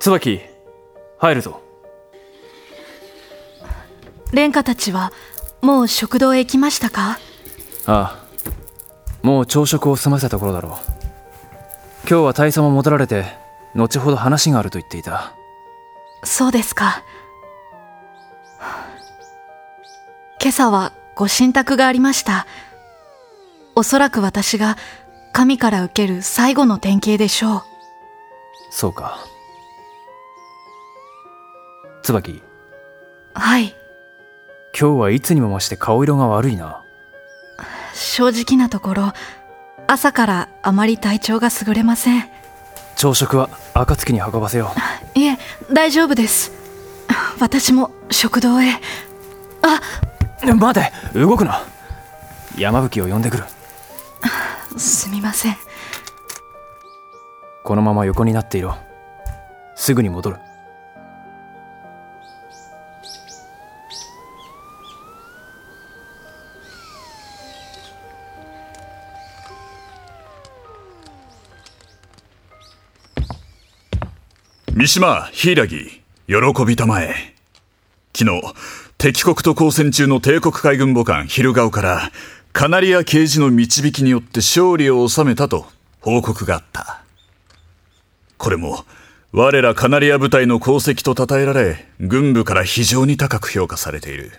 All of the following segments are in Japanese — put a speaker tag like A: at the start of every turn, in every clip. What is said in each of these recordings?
A: 椿入るぞ
B: 蓮華たちはもう食堂へ行きましたか
A: ああもう朝食を済ませたところだろう今日は大佐も戻られて後ほど話があると言っていた
B: そうですか今朝はご神託がありましたおそらく私が神から受ける最後の典型でしょう
A: そうか椿
B: はい
A: 今日はいつにも増して顔色が悪いな
B: 正直なところ朝からあまり体調が優れません
A: 朝食は暁に運ばせよ
B: いえ大丈夫です私も食堂へあ
A: う待て動くな山吹を呼んでくる
B: すみません
A: このまま横になっていろすぐに戻る
C: 三島、柊、喜びたまえ。昨日、敵国と交戦中の帝国海軍母艦ヒルガオから、カナリア刑事の導きによって勝利を収めたと報告があった。これも、我らカナリア部隊の功績と称えられ、軍部から非常に高く評価されている。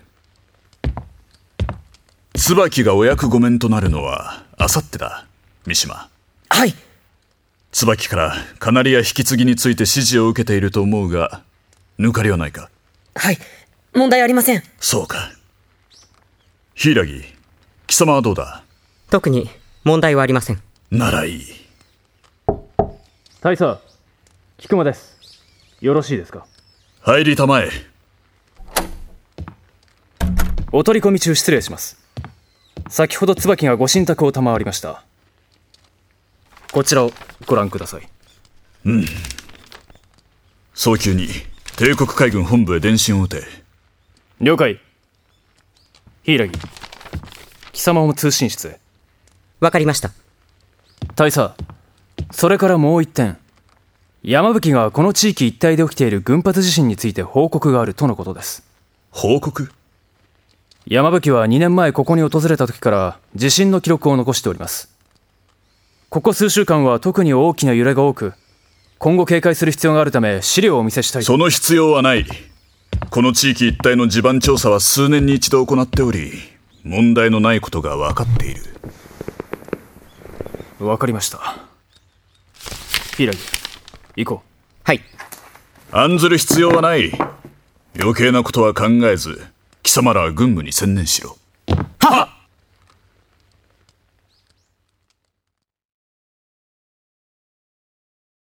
C: 椿がお役御免となるのは、あさってだ、三島。
D: はい
C: 椿からカナリア引き継ぎについて指示を受けていると思うが抜かりはないか
D: はい問題ありません
C: そうか柊貴様はどうだ
D: 特に問題はありません
C: ならいい
A: 大佐菊間ですよろしいですか
C: 入りたまえ
A: お取り込み中失礼します先ほど椿がご神託を賜りましたこちらをご覧ください
C: 早急に帝国海軍本部へ電信を打て
A: 了解柊貴様も通信室へ
D: わかりました
A: 大佐それからもう一点山吹がこの地域一帯で起きている群発地震について報告があるとのことです
C: 報告
A: 山吹は2年前ここに訪れた時から地震の記録を残しておりますここ数週間は特に大きな揺れが多く今後警戒する必要があるため資料をお見せしたい
C: その必要はないこの地域一帯の地盤調査は数年に一度行っており問題のないことが分かっている
A: わかりました柊行こう
D: はい
C: 案ずる必要はない余計なことは考えず貴様らは軍務に専念しろ